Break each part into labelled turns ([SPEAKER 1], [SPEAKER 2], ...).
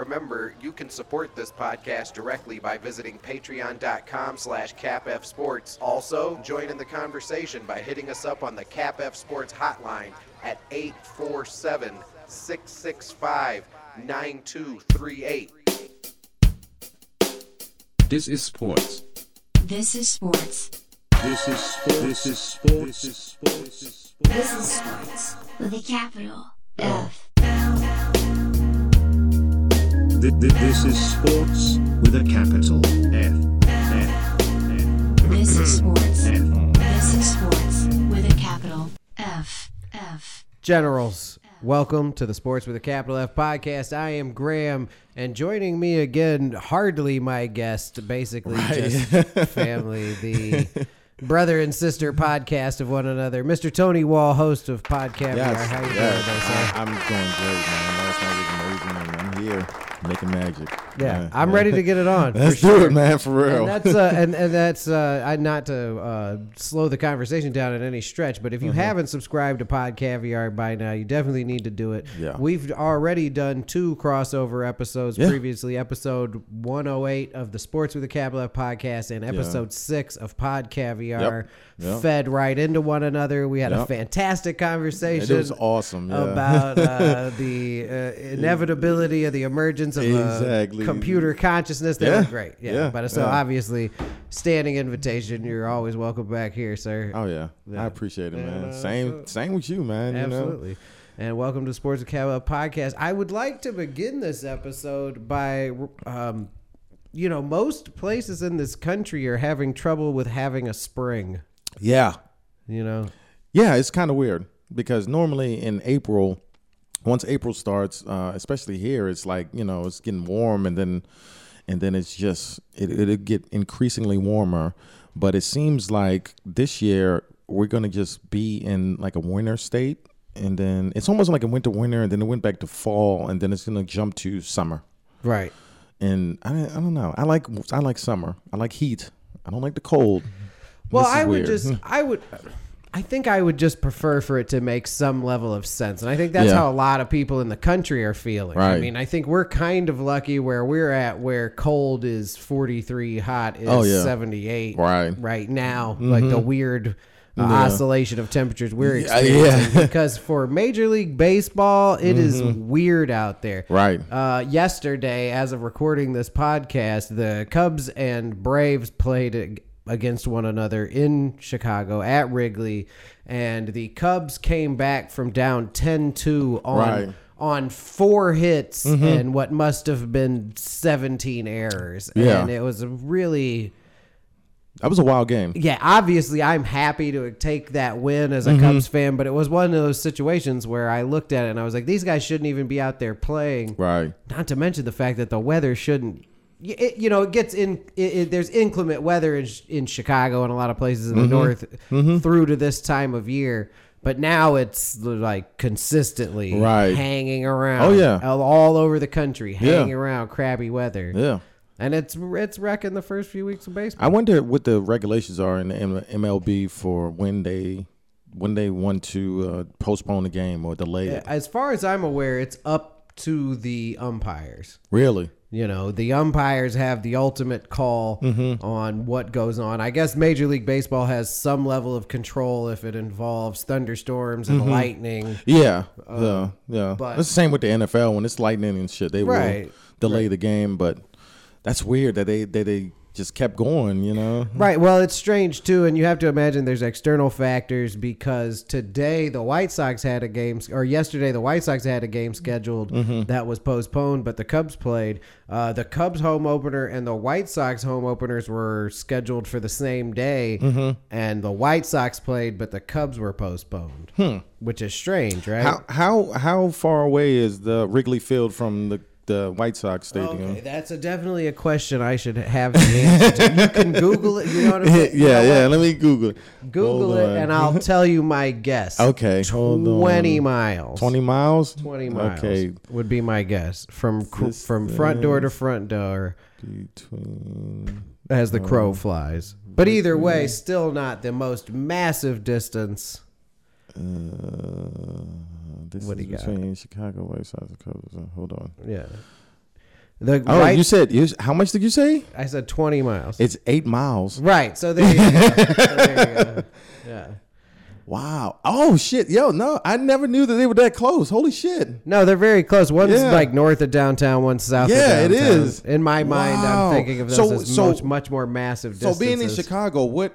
[SPEAKER 1] Remember, you can support this podcast directly by visiting patreon.com slash capfsports. Also, join in the conversation by hitting us up on the CapF Sports hotline at 847 665 9238.
[SPEAKER 2] This is sports.
[SPEAKER 3] This is sports.
[SPEAKER 2] This is sports. This is sports. This is sports. This is sports.
[SPEAKER 3] This is sports with a capital F.
[SPEAKER 2] This is sports with a capital F. F.
[SPEAKER 3] This is sports.
[SPEAKER 2] F. F.
[SPEAKER 3] This is sports with a capital F. F.
[SPEAKER 4] Generals, welcome to the Sports with a Capital F podcast. I am Graham, and joining me again, hardly my guest, basically just family, the brother and sister podcast of one another. Mr. Tony Wall, host of Podcast.
[SPEAKER 5] Yes,
[SPEAKER 4] How you
[SPEAKER 5] yes.
[SPEAKER 4] doing, today, sir?
[SPEAKER 5] I, am doing great, man. Last night was amazing, and I'm here making magic.
[SPEAKER 4] Yeah, I'm ready to get it on. for
[SPEAKER 5] Let's do
[SPEAKER 4] sure.
[SPEAKER 5] it, man, for real.
[SPEAKER 4] And that's uh, and, and that's uh, I not to uh, slow the conversation down at any stretch, but if
[SPEAKER 5] Mm-hmm.
[SPEAKER 4] you haven't subscribed to Pod Caviar by now, you definitely need to do it.
[SPEAKER 5] Yeah.
[SPEAKER 4] We've already done two crossover episodes
[SPEAKER 5] Yeah.
[SPEAKER 4] previously, episode 108 of the Sports with a Capital F podcast and episode 6 of Pod Caviar
[SPEAKER 5] Yep. Yep.
[SPEAKER 4] fed right into one another. We had a
[SPEAKER 5] Yep.
[SPEAKER 4] fantastic conversation.
[SPEAKER 5] It was awesome, yeah.
[SPEAKER 4] About uh, the uh, inevitability of the emergence of
[SPEAKER 5] Exactly.
[SPEAKER 4] a computer consciousness. That
[SPEAKER 5] Yeah.
[SPEAKER 4] was great. Yeah.
[SPEAKER 5] Yeah.
[SPEAKER 4] But uh, so
[SPEAKER 5] Yeah.
[SPEAKER 4] obviously, standing invitation. You're always welcome back here, sir.
[SPEAKER 5] oh yeah. I appreciate it, man. same, same with you, man. you know?
[SPEAKER 4] Absolutely. And welcome to Sports with Cowbell podcast. I would like to begin this episode by, um, you know, most places in this country are having trouble with having a spring.
[SPEAKER 5] Yeah,
[SPEAKER 4] You know,
[SPEAKER 5] yeah. It's kind of weird because normally in April, once April starts, uh, especially here, it's like you know it's getting warm, and then and then it's just it, it'll get increasingly warmer. But it seems like this year we're gonna just be in like a winter state, and then it's almost like a winter winter, and then it went back to fall, and then it's gonna jump to summer.
[SPEAKER 4] right.
[SPEAKER 5] And I, I don't know. I like I like summer. I like heat. I don't like the cold.
[SPEAKER 4] Well,
[SPEAKER 5] This is
[SPEAKER 4] I would
[SPEAKER 5] weird.
[SPEAKER 4] just, I would, I think I would just prefer for it to make some level of sense, and I think that's
[SPEAKER 5] Yeah.
[SPEAKER 4] how a lot of people in the country are feeling. I
[SPEAKER 5] Right.
[SPEAKER 4] mean, I think we're kind of lucky where we're at, where cold is forty three, hot is
[SPEAKER 5] Oh, yeah.
[SPEAKER 4] seventy eight,
[SPEAKER 5] Right. Mm-hmm.
[SPEAKER 4] Right now, like the weird. uh, Oscillation of temperatures we're
[SPEAKER 5] Yeah, yeah.
[SPEAKER 4] experiencing because for Major League Baseball it is
[SPEAKER 5] Mm-hmm.
[SPEAKER 4] weird out there.
[SPEAKER 5] Right.
[SPEAKER 4] Uh, yesterday, as of recording this podcast, the Cubs and Braves played ag- against one another in Chicago at Wrigley, and the Cubs came back from down 10-2 on
[SPEAKER 5] Right. Mm-hmm.
[SPEAKER 4] on four hits and what must have been 17 errors.
[SPEAKER 5] Yeah.
[SPEAKER 4] And it was a really
[SPEAKER 5] That was a wild game.
[SPEAKER 4] yeah, obviously I'm happy to take that win as a
[SPEAKER 5] Mm-hmm.
[SPEAKER 4] Cubs fan, but it was one of those situations where I looked at it and I was like these guys shouldn't even be out there playing.
[SPEAKER 5] Right.
[SPEAKER 4] Not to mention the fact that the weather shouldn't. y- It, you know, it gets in. It, it, there's inclement weather in, Ch- in Chicago and a lot of places in
[SPEAKER 5] Mm-hmm.
[SPEAKER 4] the north through to this time of year. But now it's like consistently
[SPEAKER 5] Right.
[SPEAKER 4] hanging around.
[SPEAKER 5] Oh, yeah.
[SPEAKER 4] all, all over the country,
[SPEAKER 5] Yeah.
[SPEAKER 4] hanging around, crappy weather.
[SPEAKER 5] Yeah.
[SPEAKER 4] and it's it's wrecking the first few weeks of baseball.
[SPEAKER 5] I wonder what the regulations are in the M- MLB for when they when they want to uh, postpone the game or delay it.
[SPEAKER 4] As far as I'm aware, it's up to the umpires.
[SPEAKER 5] Really?
[SPEAKER 4] You know, the umpires have the ultimate call on what goes on. I guess Major League Baseball has some level of control if it involves thunderstorms and lightning.
[SPEAKER 5] Yeah. yeah. Yeah.
[SPEAKER 4] Uh, but-
[SPEAKER 5] it's the same with the NFL when it's lightning and shit. They
[SPEAKER 4] Right,
[SPEAKER 5] will delay the game, but that's weird that they that they just kept going. You know.
[SPEAKER 4] Right. Well, it's strange too, and you have to imagine there's external factors because today the White Sox had a game, or yesterday the White Sox had a game scheduled
[SPEAKER 5] Mm-hmm.
[SPEAKER 4] that was postponed, but the Cubs played. Uh, the Cubs home opener and the White Sox home openers were scheduled for the same day,
[SPEAKER 5] Mm-hmm.
[SPEAKER 4] and the White Sox played, but the Cubs were postponed, which is strange, right?
[SPEAKER 5] Hmm. How how how far away is the Wrigley Field from the the White Sox stadium?
[SPEAKER 4] Okay, that's a, definitely a question I should have the answer to. You can Google it. You know what I'm saying?
[SPEAKER 5] yeah, yeah. Let me Google it.
[SPEAKER 4] Google
[SPEAKER 5] Hold
[SPEAKER 4] it,
[SPEAKER 5] on.
[SPEAKER 4] and I'll tell you my guess.
[SPEAKER 5] Okay, hold on.
[SPEAKER 4] twenty miles.
[SPEAKER 5] 20 miles.
[SPEAKER 4] 20 miles.
[SPEAKER 5] Okay.
[SPEAKER 4] would be my guess from cr-
[SPEAKER 5] This
[SPEAKER 4] from front door to front door
[SPEAKER 5] Between
[SPEAKER 4] as the
[SPEAKER 5] Oh,
[SPEAKER 4] crow flies. But either way, still not the most massive distance.
[SPEAKER 5] uh, this
[SPEAKER 4] What
[SPEAKER 5] is
[SPEAKER 4] do you got?
[SPEAKER 5] between Chicago White Sox and Cubs. Uh, Hold on.
[SPEAKER 4] Yeah. The
[SPEAKER 5] Oh,
[SPEAKER 4] right,
[SPEAKER 5] you said you, how much did you say?
[SPEAKER 4] I said twenty miles.
[SPEAKER 5] It's eight miles.
[SPEAKER 4] right. So there you go. So there you go. Yeah.
[SPEAKER 5] Wow. Oh shit. Yo, no, I never knew that they were that close. Holy shit.
[SPEAKER 4] No, they're very close. One's
[SPEAKER 5] Yeah.
[SPEAKER 4] like north of downtown, one's south.
[SPEAKER 5] Yeah,
[SPEAKER 4] of
[SPEAKER 5] it
[SPEAKER 4] downtown.
[SPEAKER 5] is.
[SPEAKER 4] In my mind,
[SPEAKER 5] Wow.
[SPEAKER 4] I'm thinking of those
[SPEAKER 5] So-
[SPEAKER 4] as
[SPEAKER 5] so-
[SPEAKER 4] much, much more massive.
[SPEAKER 5] So
[SPEAKER 4] Distances.
[SPEAKER 5] being in Chicago, what,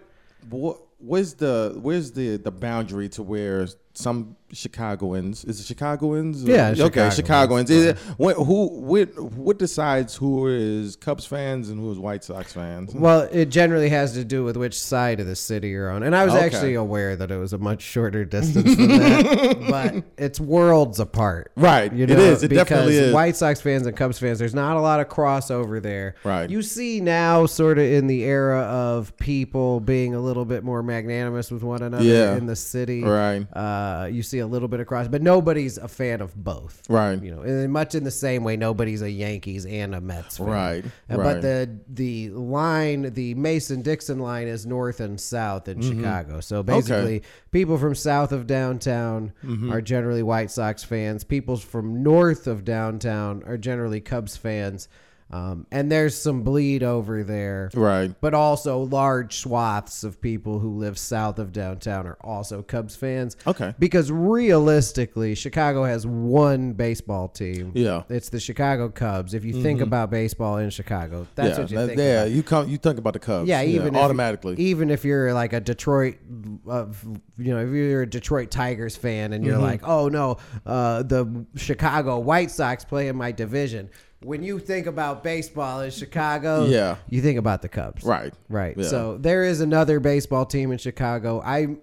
[SPEAKER 5] what where's the where's the the boundary to where some Chicagoans is it Chicagoans?
[SPEAKER 4] Yeah,
[SPEAKER 5] okay,
[SPEAKER 4] Chicagoans.
[SPEAKER 5] Chicagoans. Is it, what, who what what decides who is Cubs fans and who is White Sox fans?
[SPEAKER 4] Well, it generally has to do with which side of the city you're on. And I was
[SPEAKER 5] Okay.
[SPEAKER 4] actually aware that it was a much shorter distance than that, but it's worlds apart.
[SPEAKER 5] Right. It is. It definitely
[SPEAKER 4] because
[SPEAKER 5] is.
[SPEAKER 4] White Sox fans and Cubs fans, there's not a lot of crossover there.
[SPEAKER 5] Right.
[SPEAKER 4] You see now, sort of in the era of people being a little bit more magnanimous with one another
[SPEAKER 5] Yeah.
[SPEAKER 4] in the city.
[SPEAKER 5] Right.
[SPEAKER 4] Uh, you see a little bit of cross, but nobody's a fan of both.
[SPEAKER 5] Right.
[SPEAKER 4] You know, and much in the same way, nobody's a Yankees and a Mets fan.
[SPEAKER 5] Right,
[SPEAKER 4] Uh,
[SPEAKER 5] right.
[SPEAKER 4] But the the line, the Mason Dixon line, is north and south in
[SPEAKER 5] Mm-hmm.
[SPEAKER 4] Chicago. So basically, people from south of downtown
[SPEAKER 5] Mm-hmm.
[SPEAKER 4] are generally White Sox fans. People from north of downtown are generally Cubs fans. Um, and there's some bleed over there.
[SPEAKER 5] Right.
[SPEAKER 4] But also large swaths of people who live south of downtown are also Cubs fans.
[SPEAKER 5] Okay.
[SPEAKER 4] Because realistically, Chicago has one baseball team.
[SPEAKER 5] Yeah.
[SPEAKER 4] It's the Chicago Cubs. If you think about baseball in Chicago, that's what you
[SPEAKER 5] that-
[SPEAKER 4] think.
[SPEAKER 5] yeah,
[SPEAKER 4] about.
[SPEAKER 5] you come you think about the Cubs.
[SPEAKER 4] Yeah, even if-
[SPEAKER 5] automatically.
[SPEAKER 4] even if you're like a Detroit, uh, you know, if you're a Detroit Tigers fan and you're
[SPEAKER 5] Mm-hmm.
[SPEAKER 4] like, oh no, uh, the Chicago White Sox play in my division. When you think about baseball in Chicago,
[SPEAKER 5] Yeah.
[SPEAKER 4] you think about the Cubs,
[SPEAKER 5] Right.
[SPEAKER 4] Right.
[SPEAKER 5] Yeah.
[SPEAKER 4] So there is another baseball team in Chicago. I'm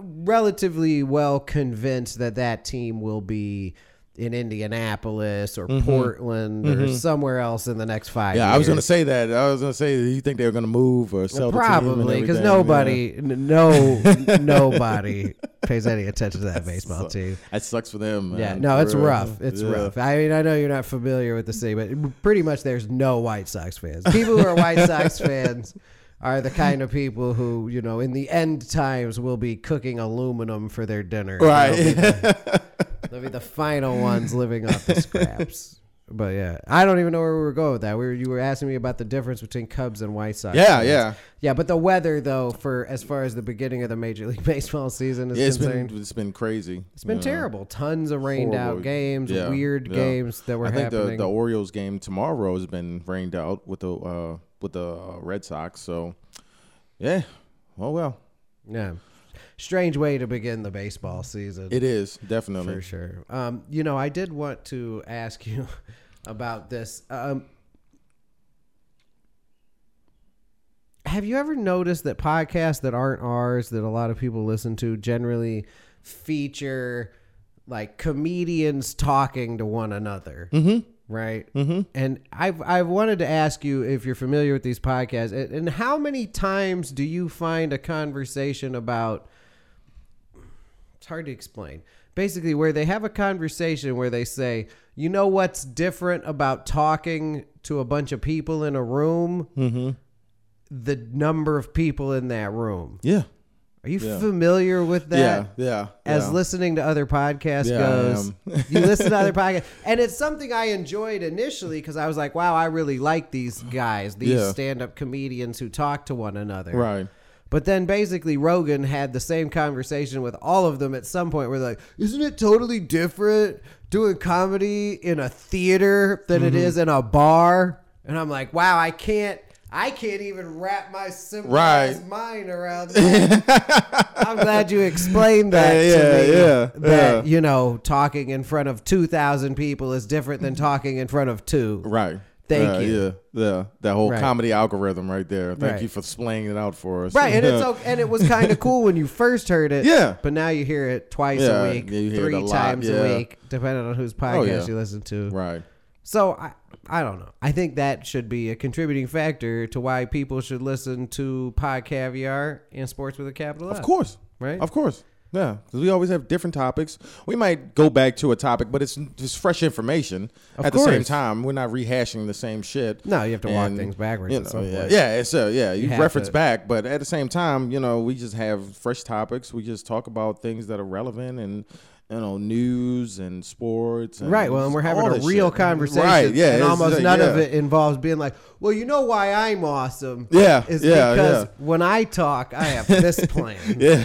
[SPEAKER 4] relatively well convinced that that team will be in Indianapolis or Portland or somewhere else in the next five.
[SPEAKER 5] Mm-hmm. yeah, I was
[SPEAKER 4] years.
[SPEAKER 5] gonna say that. I was gonna say you think they were gonna move or sell the team
[SPEAKER 4] Probably
[SPEAKER 5] and
[SPEAKER 4] because
[SPEAKER 5] everything.
[SPEAKER 4] nobody, n- no, nobody pays any attention to that
[SPEAKER 5] Yeah.
[SPEAKER 4] baseball team.
[SPEAKER 5] That sucks for them. Man.
[SPEAKER 4] Yeah, no,
[SPEAKER 5] For
[SPEAKER 4] it's
[SPEAKER 5] real.
[SPEAKER 4] rough. It's
[SPEAKER 5] Yeah.
[SPEAKER 4] rough. I mean, I know you're not familiar with the city, but pretty much there's no White Sox fans. People who are White Sox fans are the kind of people who, you know, in the end times will be cooking aluminum for their dinner. They'll be,
[SPEAKER 5] Right.
[SPEAKER 4] they'll be the final ones living off the scraps. But yeah, I don't even know where we were going with that. We were, you were asking me about the difference between Cubs and White Sox.
[SPEAKER 5] Yeah,
[SPEAKER 4] fans.
[SPEAKER 5] yeah.
[SPEAKER 4] yeah. But the weather, though, for as far as the beginning of the Major League Baseball season is
[SPEAKER 5] Yeah, it's
[SPEAKER 4] concerned,
[SPEAKER 5] been it's been crazy.
[SPEAKER 4] it's been terrible. Tons of rained out games,
[SPEAKER 5] Yeah,
[SPEAKER 4] weird
[SPEAKER 5] yeah.
[SPEAKER 4] games that were
[SPEAKER 5] I think
[SPEAKER 4] happening.
[SPEAKER 5] the the Orioles game tomorrow has been rained out with the uh, with the uh, Red Sox. So yeah, oh well,
[SPEAKER 4] yeah. Strange way to begin the baseball season.
[SPEAKER 5] it is definitely
[SPEAKER 4] for sure. Um, you know, I did want to ask you about this. Um, have you ever noticed that podcasts that aren't ours that a lot of people listen to generally feature like comedians talking to one another? Mm-hmm. Right, mm-hmm. and I've I've wanted to ask you if you're familiar with these podcasts, and, and how many times do you find a conversation about it's hard to explain. Basically, where they have a conversation where they say, you know what's different about talking to a bunch of people in a room? Mm-hmm. The number of people in that room.
[SPEAKER 5] Yeah,
[SPEAKER 4] Are you familiar with that?
[SPEAKER 5] yeah, yeah.
[SPEAKER 4] As
[SPEAKER 5] yeah.
[SPEAKER 4] listening to other podcasts
[SPEAKER 5] Yeah, I
[SPEAKER 4] goes,
[SPEAKER 5] am.
[SPEAKER 4] you listen to other podcasts, and it's something I enjoyed initially because I was like, "Wow, I really like these guys, these
[SPEAKER 5] Yeah.
[SPEAKER 4] stand-up comedians who talk to one another."
[SPEAKER 5] right.
[SPEAKER 4] But then basically Rogan had the same conversation with all of them at some point where they're like, isn't it totally different doing comedy in a theater than
[SPEAKER 5] Mm-hmm.
[SPEAKER 4] it is in a bar? And I'm like, wow, I can't I can't even wrap my simple
[SPEAKER 5] Right.
[SPEAKER 4] mind around that. I'm glad you explained that to
[SPEAKER 5] Yeah,
[SPEAKER 4] me.
[SPEAKER 5] yeah, yeah,
[SPEAKER 4] that,
[SPEAKER 5] yeah.
[SPEAKER 4] you know, talking in front of 2,000 people is different
[SPEAKER 5] Mm-hmm.
[SPEAKER 4] than talking in front of two.
[SPEAKER 5] Right.
[SPEAKER 4] Thank
[SPEAKER 5] Yeah,
[SPEAKER 4] you.
[SPEAKER 5] Yeah, yeah. That whole
[SPEAKER 4] Right.
[SPEAKER 5] comedy algorithm right there. Thank
[SPEAKER 4] Right.
[SPEAKER 5] you for splaying it out for us.
[SPEAKER 4] Right, and it's okay, and it was kind of cool when you first heard it.
[SPEAKER 5] Yeah.
[SPEAKER 4] but now you hear it twice
[SPEAKER 5] Yeah,
[SPEAKER 4] a week,
[SPEAKER 5] you hear it
[SPEAKER 4] three
[SPEAKER 5] a lot,
[SPEAKER 4] times
[SPEAKER 5] yeah. Oh,
[SPEAKER 4] a week, depending on whose podcast
[SPEAKER 5] yeah.
[SPEAKER 4] you listen to.
[SPEAKER 5] Right.
[SPEAKER 4] So I, I don't know. I think that should be a contributing factor to why people should listen to Pod Caviar and Sports with a Capital.
[SPEAKER 5] Of course.
[SPEAKER 4] right?
[SPEAKER 5] Of course. Yeah. 'Cause we always have different topics. We might go back to a topic, but it's just fresh information. At the same
[SPEAKER 4] course.
[SPEAKER 5] time, we're not rehashing the same shit.
[SPEAKER 4] No, you have to walk things backwards
[SPEAKER 5] You
[SPEAKER 4] at
[SPEAKER 5] know,
[SPEAKER 4] some
[SPEAKER 5] yeah.
[SPEAKER 4] point.
[SPEAKER 5] Yeah. it's, uh, yeah. You,
[SPEAKER 4] have
[SPEAKER 5] reference
[SPEAKER 4] to-
[SPEAKER 5] back, but at the same time, you know, we just have fresh topics. We just talk about things that are relevant and you know, news and sports. And
[SPEAKER 4] Right. Well, and we're having
[SPEAKER 5] all
[SPEAKER 4] a
[SPEAKER 5] this
[SPEAKER 4] real
[SPEAKER 5] shit.
[SPEAKER 4] conversation.
[SPEAKER 5] Right. Yeah.
[SPEAKER 4] And
[SPEAKER 5] it's
[SPEAKER 4] almost
[SPEAKER 5] like,
[SPEAKER 4] none
[SPEAKER 5] yeah.
[SPEAKER 4] of it involves being like, well, you know why I'm awesome.
[SPEAKER 5] Yeah,
[SPEAKER 4] Is
[SPEAKER 5] yeah,
[SPEAKER 4] because
[SPEAKER 5] yeah.
[SPEAKER 4] when I talk, I have this plan. yeah.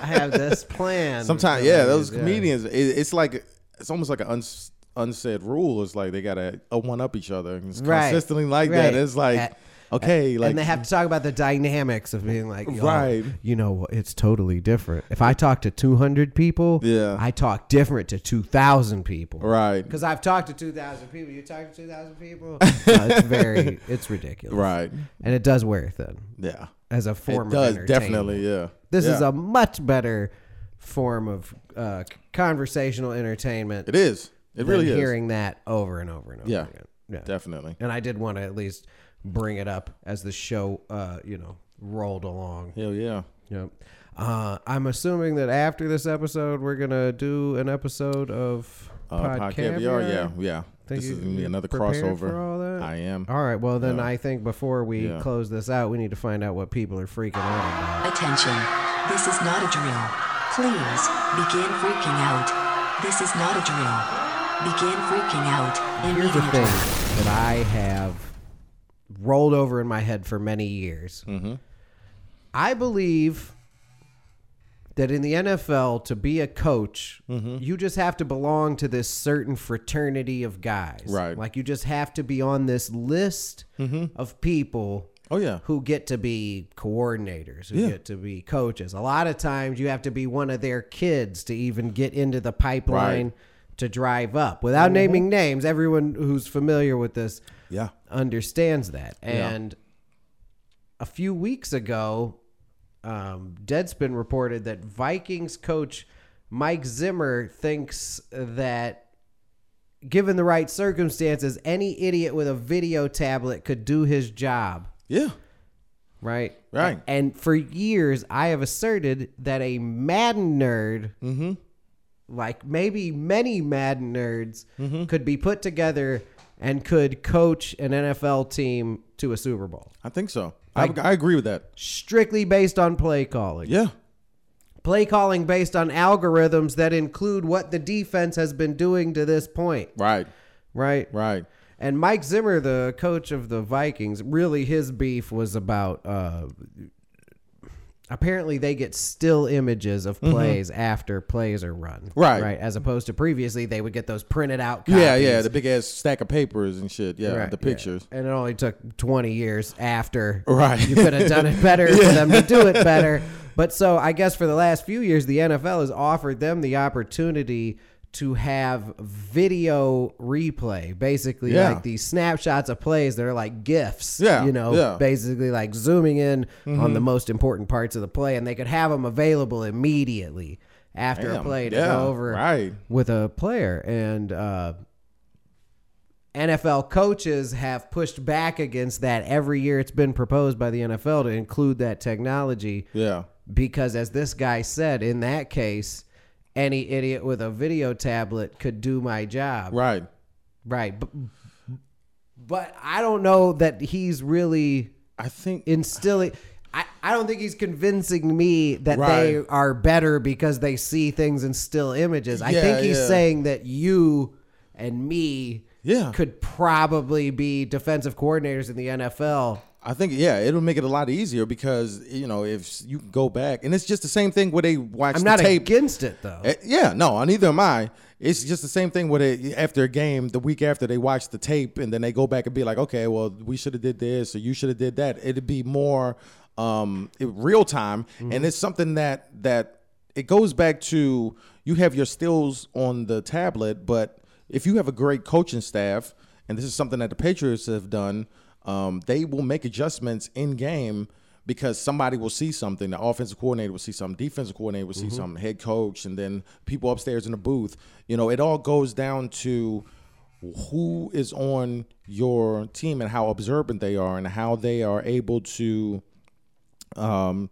[SPEAKER 4] I have this plan.
[SPEAKER 5] Sometimes, yeah, those
[SPEAKER 4] Yeah.
[SPEAKER 5] comedians. It, it's like it's almost like an uns, unsaid rule. It's like they gotta uh, one up each other. It's
[SPEAKER 4] Right.
[SPEAKER 5] consistently like that.
[SPEAKER 4] Right.
[SPEAKER 5] It's like
[SPEAKER 4] At-
[SPEAKER 5] okay, like
[SPEAKER 4] and they have to talk about the dynamics of being like, "Yo,
[SPEAKER 5] Right.
[SPEAKER 4] You know, it's totally different. If I talk to 200 people,
[SPEAKER 5] Yeah.
[SPEAKER 4] I talk different to 2,000 people.
[SPEAKER 5] right,
[SPEAKER 4] Because I've talked to 2,000 people. You talk to 2,000 people? No, it's very, it's ridiculous.
[SPEAKER 5] right,
[SPEAKER 4] And it does wear thin.
[SPEAKER 5] yeah.
[SPEAKER 4] as a form of
[SPEAKER 5] it does
[SPEAKER 4] entertainment.
[SPEAKER 5] definitely, yeah.
[SPEAKER 4] This is
[SPEAKER 5] Yeah.
[SPEAKER 4] a much better form of uh, c- conversational entertainment.
[SPEAKER 5] It is. It really
[SPEAKER 4] than
[SPEAKER 5] is.
[SPEAKER 4] hearing that over and over and over
[SPEAKER 5] Yeah.
[SPEAKER 4] again. Yeah,
[SPEAKER 5] Definitely.
[SPEAKER 4] And I did want to at least bring it up as the show, uh, you know, rolled along.
[SPEAKER 5] Hell yeah.
[SPEAKER 4] Yep. Uh, I'm assuming that after this episode, we're gonna do an episode of
[SPEAKER 5] Uh,
[SPEAKER 4] Pod
[SPEAKER 5] Pod Caviar, yeah, yeah.
[SPEAKER 4] Think
[SPEAKER 5] This
[SPEAKER 4] you-
[SPEAKER 5] is gonna be
[SPEAKER 4] you
[SPEAKER 5] another
[SPEAKER 4] prepared
[SPEAKER 5] crossover.
[SPEAKER 4] for all that?
[SPEAKER 5] I am.
[SPEAKER 4] All right. Well, then I think before we
[SPEAKER 5] Yeah.
[SPEAKER 4] close this out, we need to find out what people are freaking out about.
[SPEAKER 6] Attention. This is not a drill. Please begin freaking out. This is not a drill. Begin freaking out
[SPEAKER 4] Here's the thing
[SPEAKER 6] immediately.
[SPEAKER 4] that I have rolled over in my head for many years. I believe that in the NFL, to be a coach, you just have to belong to this certain fraternity of guys.
[SPEAKER 5] Right.
[SPEAKER 4] Like you just have to be on this list of people
[SPEAKER 5] Oh yeah.
[SPEAKER 4] who get to be coordinators, who get to be coaches. A lot of times you have to be one of their kids to even get into the pipeline
[SPEAKER 5] Right.
[SPEAKER 4] to drive up. Without naming names, everyone who's familiar with this
[SPEAKER 5] Yeah.
[SPEAKER 4] understands that. And a few weeks ago, um, Deadspin reported that Vikings coach Mike Zimmer thinks that, given the right circumstances, any idiot with a video tablet could do his job.
[SPEAKER 5] Yeah.
[SPEAKER 4] Right.
[SPEAKER 5] Right.
[SPEAKER 4] A- And for years, I have asserted that a Madden nerd, like maybe many Madden nerds, could be put together and could coach an NFL team to a Super Bowl
[SPEAKER 5] I think so. I, I agree with that.
[SPEAKER 4] strictly based on play calling.
[SPEAKER 5] Yeah.
[SPEAKER 4] Play calling based on algorithms that include what the defense has been doing to this point.
[SPEAKER 5] Right.
[SPEAKER 4] Right.
[SPEAKER 5] Right.
[SPEAKER 4] And Mike Zimmer, the coach of the Vikings, really his beef was about. Uh, apparently, they get still images of plays after plays are run,
[SPEAKER 5] Mm-hmm. Right.
[SPEAKER 4] Right, as opposed to previously they would get those printed out. Copies.
[SPEAKER 5] Yeah, yeah, the big ass stack of papers and shit. Yeah,
[SPEAKER 4] Right,
[SPEAKER 5] the
[SPEAKER 4] yeah.
[SPEAKER 5] pictures.
[SPEAKER 4] And it only took 20 years after.
[SPEAKER 5] Right.
[SPEAKER 4] You could have done it better for them to do it better. But so I guess for the last few years, the NFL has offered them the opportunity to have video replay, basically
[SPEAKER 5] Yeah.
[SPEAKER 4] like these snapshots of plays that are like GIFs.
[SPEAKER 5] Yeah,
[SPEAKER 4] You know,
[SPEAKER 5] yeah. Mm-hmm.
[SPEAKER 4] basically like zooming in on the most important parts of the play, and they could have them available immediately after a
[SPEAKER 5] Damn,
[SPEAKER 4] play to
[SPEAKER 5] yeah,
[SPEAKER 4] go over
[SPEAKER 5] right.
[SPEAKER 4] with a player. And, uh, NFL coaches have pushed back against that every year. It's been proposed by the NFL to include that technology
[SPEAKER 5] Yeah.
[SPEAKER 4] because, as this guy said, in that case, any idiot with a video tablet could do my job.
[SPEAKER 5] Right.
[SPEAKER 4] Right. But, but I don't know that he's really
[SPEAKER 5] I think
[SPEAKER 4] instilling. I, I don't think he's convincing me that they
[SPEAKER 5] Right.
[SPEAKER 4] are better because they see things in still images. I
[SPEAKER 5] Yeah,
[SPEAKER 4] think he's
[SPEAKER 5] yeah.
[SPEAKER 4] saying that you and me
[SPEAKER 5] Yeah.
[SPEAKER 4] could probably be defensive coordinators in the NFL.
[SPEAKER 5] I think yeah, it'll make it a lot easier because you know if you go back and it's just the same thing where they watch
[SPEAKER 4] I'm
[SPEAKER 5] the
[SPEAKER 4] not
[SPEAKER 5] tape.
[SPEAKER 4] against it though.
[SPEAKER 5] Eh, Yeah, no, neither am I. It's just the same thing with it after a game, the week after they watch the tape and then they go back and be like, okay, well, we should have did this or you should have did that. It'd be more um, it- real time, and it's something that that it goes back to you have your stills on the tablet, but if you have a great coaching staff, and this is something that the Patriots have done, um, they will make adjustments in game because somebody will see something. The offensive coordinator will see something. Defensive coordinator will see something. Head coach, and then people upstairs in the booth. You know, it all goes down to who is on your team and how observant they are and how they are able to um,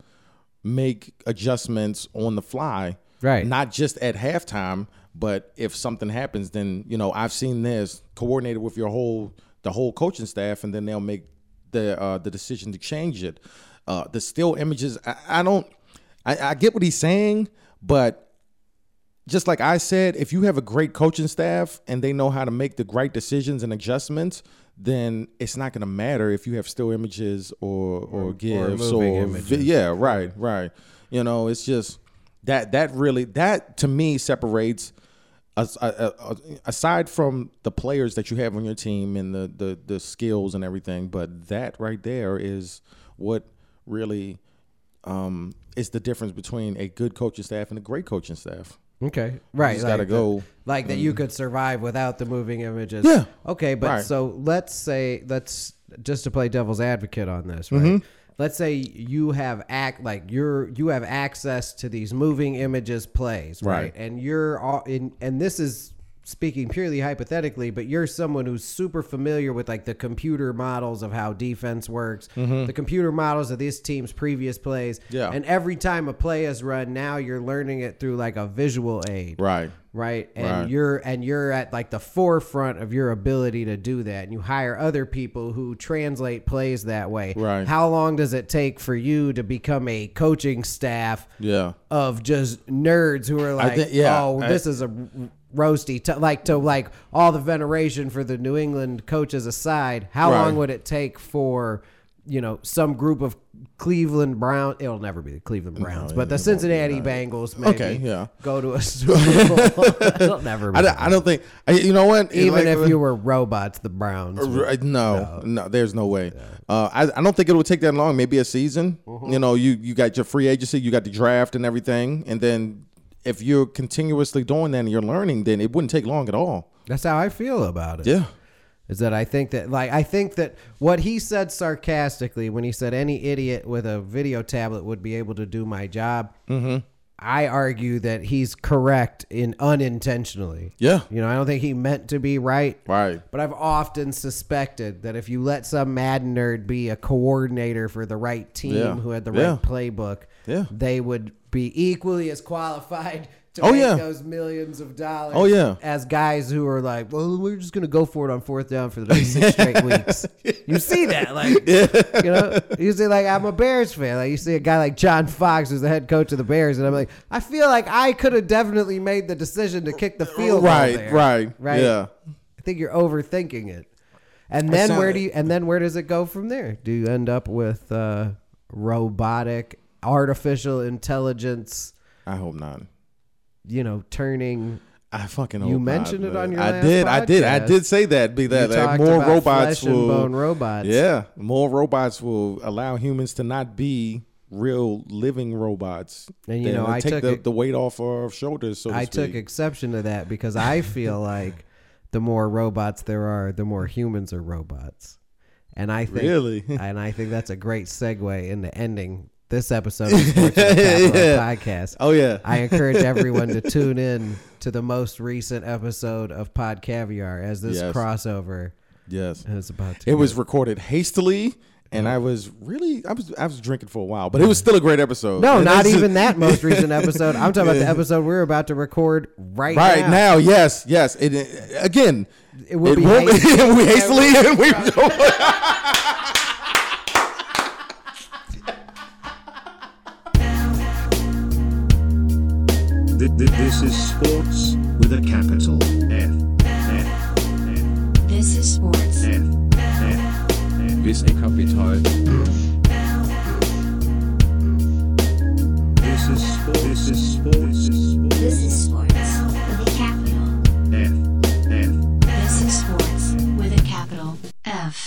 [SPEAKER 5] make adjustments on the fly.
[SPEAKER 4] Right.
[SPEAKER 5] Not just at halftime, but if something happens, then you know I've seen this coordinated with your whole the whole coaching staff, and then they'll make the uh, the decision to change it. Uh, the still images, I, I don't, I, I get what he's saying, but just like I said, if you have a great coaching staff and they know how to make the right decisions and adjustments, then it's not going to matter if you have still images or or, gives or,
[SPEAKER 4] moving
[SPEAKER 5] vi-
[SPEAKER 4] images.
[SPEAKER 5] yeah, right, right. You know, it's just that that really that to me separates as- a- a- a- aside from the players that you have on your team and the, the the skills and everything, but that right there is what really um, is the difference between a good coaching staff and a great coaching staff.
[SPEAKER 4] Okay. Right.
[SPEAKER 5] just gotta
[SPEAKER 4] the-
[SPEAKER 5] go
[SPEAKER 4] Like that you could survive without the moving images.
[SPEAKER 5] Mm. Yeah.
[SPEAKER 4] Okay, but
[SPEAKER 5] Right.
[SPEAKER 4] so let's say let's just to play devil's advocate on this, right?
[SPEAKER 5] Mm-hmm.
[SPEAKER 4] Let's say you have act like you're you have access to these moving images plays, right?
[SPEAKER 5] Right.
[SPEAKER 4] And you're all in and this is speaking purely hypothetically, but you're someone who's super familiar with like the computer models of how defense works, the computer models of this team's previous plays.
[SPEAKER 5] Mm-hmm. Yeah.
[SPEAKER 4] And every time a play is run, now you're learning it through like a visual aid
[SPEAKER 5] Right.
[SPEAKER 4] right and
[SPEAKER 5] Right.
[SPEAKER 4] you're and you're at like the forefront of your ability to do that and you hire other people who translate plays that way
[SPEAKER 5] Right.
[SPEAKER 4] how long does it take for you to become a coaching staff
[SPEAKER 5] Yeah.
[SPEAKER 4] of just nerds who are like
[SPEAKER 5] think- yeah,
[SPEAKER 4] oh
[SPEAKER 5] I-
[SPEAKER 4] this is a r- roasty to, like to like all the veneration for the new england coaches aside how
[SPEAKER 5] Right.
[SPEAKER 4] long would it take for you know some group of cleveland brown it'll never be the cleveland browns but the cincinnati bengals maybe
[SPEAKER 5] Okay, yeah.
[SPEAKER 4] go to a Super Bowl. It'll never be.
[SPEAKER 5] I, don't- I don't think I, you know what It-
[SPEAKER 4] Even
[SPEAKER 5] like- uh,
[SPEAKER 4] if you were robots, the Browns. would-
[SPEAKER 5] Right, no, no, there's no way. Uh, I, I don't think it would take that long. Maybe a season.
[SPEAKER 4] Mm-hmm.
[SPEAKER 5] You know, you you got your free agency, you got the draft and everything, and then if you're continuously doing that and you're learning, then it wouldn't take long at all.
[SPEAKER 4] That's how I feel about it.
[SPEAKER 5] Yeah,
[SPEAKER 4] Is that I think that like I think that what he said sarcastically when he said any idiot with a video tablet would be able to do my job. Mm-hmm. I argue that he's correct in unintentionally.
[SPEAKER 5] Yeah.
[SPEAKER 4] You know, I don't think he meant to be right.
[SPEAKER 5] right.
[SPEAKER 4] But I've often suspected that if you let some mad nerd be a coordinator for the right team
[SPEAKER 5] Yeah.
[SPEAKER 4] who had the
[SPEAKER 5] Yeah.
[SPEAKER 4] right playbook,
[SPEAKER 5] Yeah.
[SPEAKER 4] they would be equally as qualified to
[SPEAKER 5] Oh,
[SPEAKER 4] make
[SPEAKER 5] yeah.
[SPEAKER 4] those millions of dollars
[SPEAKER 5] Oh, yeah.
[SPEAKER 4] as guys who are like, well, we're just going to go for it on fourth down for the next six straight weeks. You see that. Like, you know, you see, like, I'm a Bears fan. Like, you see a guy like John Fox, who's the head coach of the Bears, and I'm like, I feel like I could have definitely made the decision to kick the field goal
[SPEAKER 5] Right,
[SPEAKER 4] there.
[SPEAKER 5] right, yeah.
[SPEAKER 4] I think you're overthinking it. And then
[SPEAKER 5] sound-
[SPEAKER 4] where do you? And then where does it go from there? Do you end up with uh, robotic, artificial intelligence?
[SPEAKER 5] I hope not.
[SPEAKER 4] You know, turning.
[SPEAKER 5] I fucking hope
[SPEAKER 4] You
[SPEAKER 5] not,
[SPEAKER 4] mentioned it
[SPEAKER 5] man.
[SPEAKER 4] on your
[SPEAKER 5] I
[SPEAKER 4] last
[SPEAKER 5] did. I did. I
[SPEAKER 4] podcast.
[SPEAKER 5] did say that. Be that,
[SPEAKER 4] You
[SPEAKER 5] that
[SPEAKER 4] talked
[SPEAKER 5] more
[SPEAKER 4] about
[SPEAKER 5] robots
[SPEAKER 4] flesh and
[SPEAKER 5] will
[SPEAKER 4] bone robots.
[SPEAKER 5] Yeah, more robots will allow humans to not be real living robots.
[SPEAKER 4] And, you
[SPEAKER 5] Then
[SPEAKER 4] know,
[SPEAKER 5] they
[SPEAKER 4] I
[SPEAKER 5] take
[SPEAKER 4] took
[SPEAKER 5] the,
[SPEAKER 4] it-
[SPEAKER 5] the weight off our shoulders. So to
[SPEAKER 4] I took
[SPEAKER 5] speak.
[SPEAKER 4] exception to that because I feel like the more robots there are, the more humans are robots. And I think
[SPEAKER 5] Really?
[SPEAKER 4] and I think that's a great segue into ending this episode of Sports with the Capital Podcast.
[SPEAKER 5] Oh, yeah.
[SPEAKER 4] I encourage everyone to tune in to the most recent episode of Pod Caviar as this
[SPEAKER 5] Yes.
[SPEAKER 4] crossover
[SPEAKER 5] Yes.
[SPEAKER 4] is about to
[SPEAKER 5] It was recorded hastily, and
[SPEAKER 4] Uh-huh.
[SPEAKER 5] I was really I was I was drinking for a while, but it was still a great episode.
[SPEAKER 4] No,
[SPEAKER 5] And
[SPEAKER 4] not
[SPEAKER 5] that's-
[SPEAKER 4] even that most recent episode. I'm talking about the episode we're about to record right,
[SPEAKER 5] Right
[SPEAKER 4] now.
[SPEAKER 5] now, yes, yes. It, again,
[SPEAKER 4] It will be
[SPEAKER 5] won't
[SPEAKER 4] hasty.
[SPEAKER 5] it will be hastily, and we
[SPEAKER 2] Th- th- This is sports with a capital F. F.
[SPEAKER 3] This is sports.
[SPEAKER 2] F. F.
[SPEAKER 7] This a capital.
[SPEAKER 2] This is sports. This is sports. This is sports.
[SPEAKER 3] This is sports with a capital.
[SPEAKER 2] F. F.
[SPEAKER 3] This is sports with a capital F.